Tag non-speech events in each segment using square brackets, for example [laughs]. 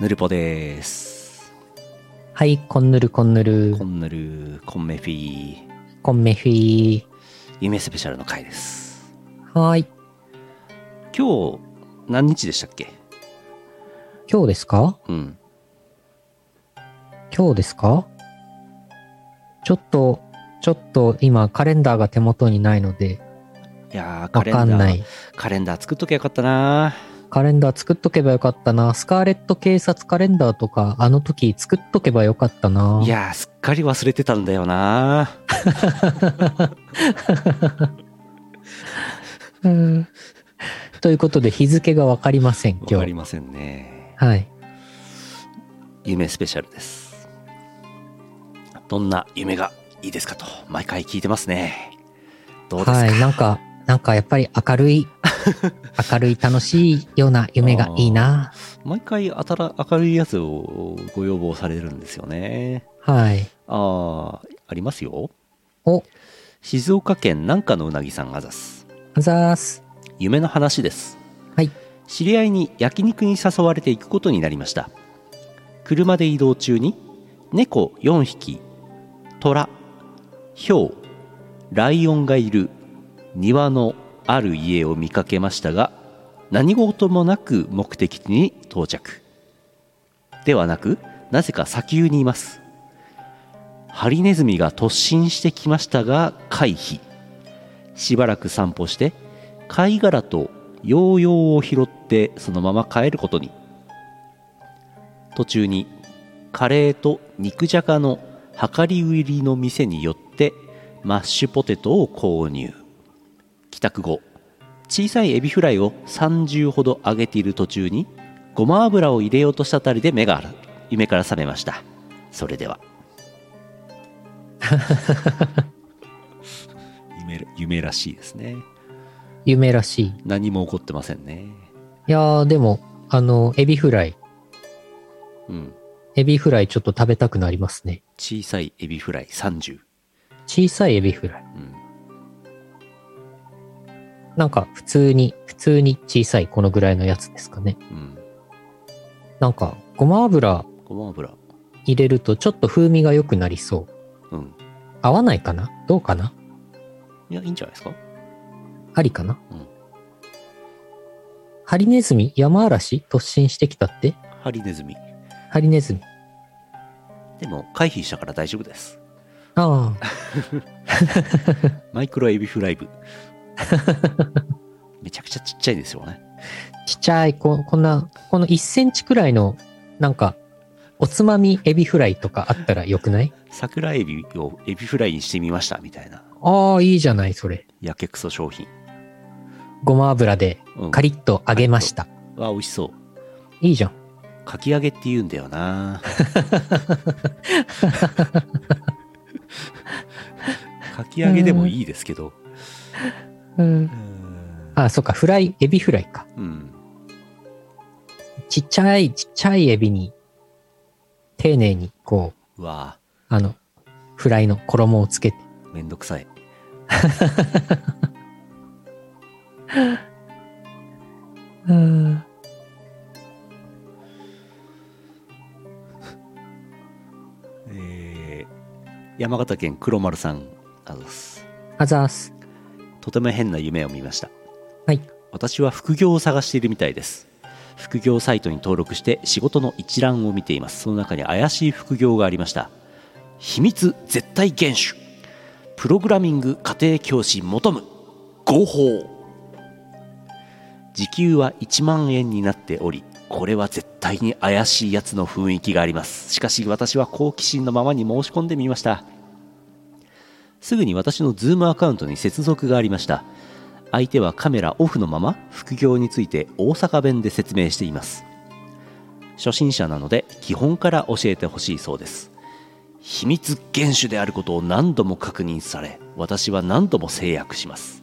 ぬるぽです。はい、こんぬるこんぬるこ、んぬる、コンメフィー、こんめふい。夢スペシャルの回です。はーい。今日、何日でしたっけ今日ですかうん。今日ですかちょっと、ちょっと今カレンダーが手元にないので、いやー、カわレンダかーんない。カレンダー作っときゃよかったなカレンダー作っとけばよかったな。スカーレット警察カレンダーとか、あの時作っとけばよかったな。いやー、すっかり忘れてたんだよなうん。ということで、日付がわかりません、わ今かり日。ませんね。はい。夢スペシャルです。どんな夢がいいですかと、毎回聞いてますね。どうですか、はい。なんか、なんかやっぱり明る [laughs] い、明るい楽しいような夢がいいな。毎回あたら明るいやつをご要望されるんですよね。はい。ああ、ありますよ。お、静岡県南下のうなぎさんあざす。あざーす。夢の話です。はい。知り合いに焼肉に誘われて行くことになりました車で移動中に猫4匹虎ヒョウライオンがいる庭のある家を見かけましたが何事もなく目的地に到着ではなくなぜか砂丘にいますハリネズミが突進してきましたが回避しばらく散歩して貝殻とヨーヨーを拾ってそのまま帰ることに途中にカレーと肉じゃがの量り売りの店に寄ってマッシュポテトを購入帰宅後小さいエビフライを30ほど揚げている途中にごま油を入れようとしたあたりで目が夢から覚めましたそれでは夢夢らしいですね夢らしい。い何も起こってませんねやー、でも、あの、エビフライ。うんエビフライちょっと食べたくなりますね。小さいエビフライ30小さいエビフライ。うんなんか、普通に、普通に小さいこのぐらいのやつですかね。うんなんか、ごま油ごま油入れるとちょっと風味が良くなりそう。うん合わないかなどうかないやいいんじゃないですかありかな、うんハリネズミ山嵐突進してきたってハリネズミハリネズミ。でも回避したから大丈夫ですあマイクロエビフライブ [laughs] めちゃくちゃちっちゃいですよねあ、ちっちゃい、ここんな、この1センチくらいの、なんか、おつまみエビフライとかあったらよくない桜エビをエビフライにしてみましたみたいなああ、いいじゃない、それ。やけくそ商品、ごま油でうん、カリッと揚げました。わ美味しそういいじゃん。かき揚げって言うんだよな [laughs] かき揚げでもいいですけどうん。あ、そっか、フライ、エビフライか。うんちっちゃい、ちっちゃいエビに、丁寧に、こう、うわあの、フライの衣をつけて。あめんどくさいうん。えー山形県黒丸さんあざすあざーす。とても変な夢を見ましたはい。私は副業を探しているみたいです副業サイトに登録して仕事の一覧を見ていますその中に怪しい副業がありました秘密絶対厳守プログラミング家庭教師求む合法時給は1万円になっておりこれは絶対に怪しいやつの雰囲気がありますしかし私は好奇心のままに申し込んでみましたすぐに私の Zoom アカウントに接続がありました相手はカメラオフのまま副業について大阪弁で説明しています初心者なので基本から教えてほしいそうです秘密厳守であることを何度も確認され私は何度も制約します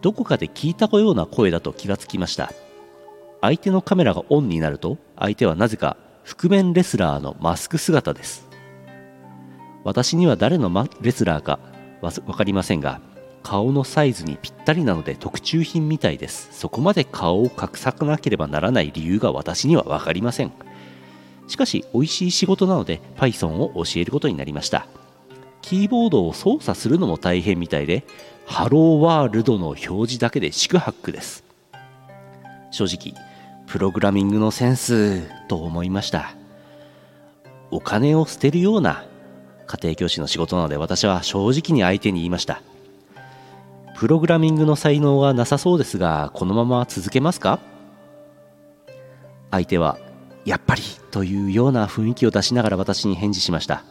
どこかで聞いたような声だと気がつきました相手のカメラがオンになると相手はなぜか覆面レスラーのマスク姿です私には誰のマレスラーかわすわかりませんが顔のサイズにぴったりなので特注品みたいですそこまで顔を隠さなければならない理由が私には分かりませんしかし美味しい仕事なので Python を教えることになりましたキーボードを操作するのも大変みたいでハローワールドの表示だけで四苦八苦です正直プログラミングのセンスと思いましたお金を捨てるような家庭教師の仕事なので私は正直に相手に言いましたプログラミングの才能がなさそうですがこのまま続けますか相手はやっぱりというような雰囲気を出しながら私に返事しました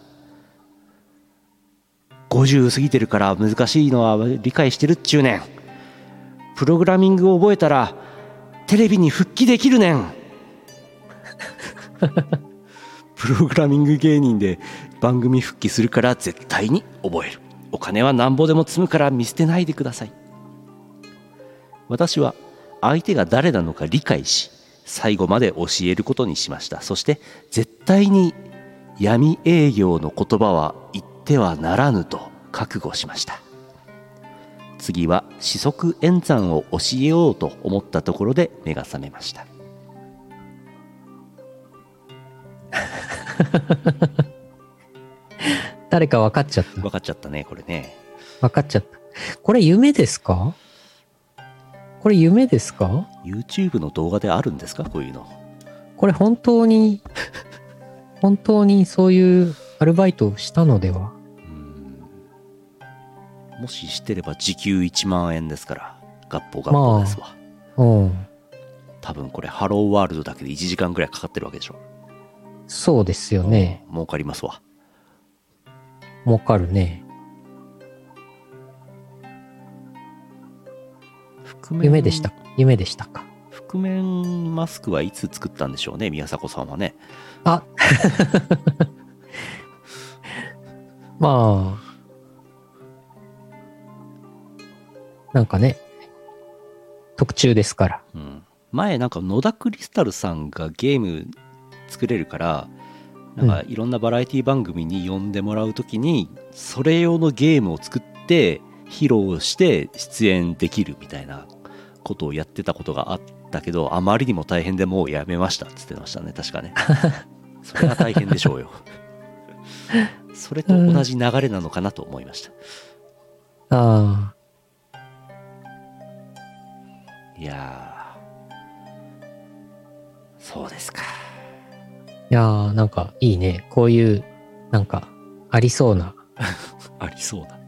50過ぎてるから難しいのは理解してるっちゅうねんプログラミングを覚えたらテレビに復帰できるねんプログラミング芸人で番組復帰するから絶対に覚えるお金はなんぼでも積むから見捨てないでください私は相手が誰なのか理解し最後まで教えることにしましたそして絶対に闇営業の言葉は言ってはならぬと覚悟しました次は四則演算を教えようと思ったところで目が覚めました誰か分かっちゃった。分かっちゃったねこれね分かっちゃった。これ夢ですかこれ夢ですか YouTube の動画であるんですかこういうのこれ本当に、 [laughs] 本当にそういうアルバイトをしたのではうんもししてれば時給1万円ですから合法合法ですわ、うん。多分これハローワールドだけで1時間ぐらいかかってるわけでしょそうですよね。儲かりますわ儲かるね。覆面夢でした。夢でしたか。覆面マスクはいつ作ったんでしょうね宮迫さんはねあ [laughs] まあ。なんかね、特注ですから。うん、前なんか野田クリスタルさんがゲーム作れるからなんかいろんなバラエティ番組に呼んでもらうときにそれ用のゲームを作って披露して出演できるみたいなことをやってたことがあったけどあまりにも大変でもうやめましたっつってましたね確か [laughs] ねそれは大変でしょう [laughs] よそれと同じ流れなのかなと思いましたああ、いやーそうですかいやーなんかいいね。こういう、なんか、ありそうな、ありそうだ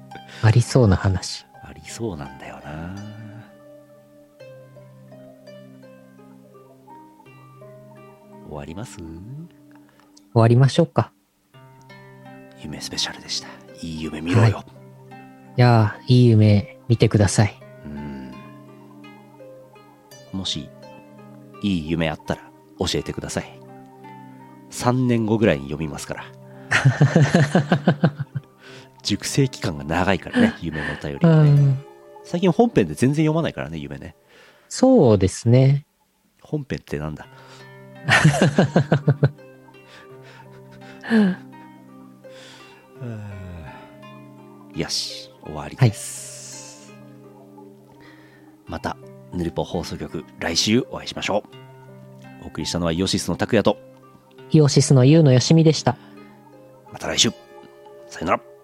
ありそうな話。ありそうなんだよな終わります終わりましょうか。夢スペシャルでしたいい夢見ろよ、はいいやーいい夢見てください。うんもしいい夢あったら教えてください3年後ぐらいに読みます [laughs] から熟成期間が長いからね夢のお便りうがねん。最近本編で全然読まないからね夢ねそうですね。本編ってなんだ [laughs] よし終わりです、またヌルポ放送局来週お会いしましょうお送りしたのはイオシスの拓也とイオシスのユウのよしみでした。また来週さよなら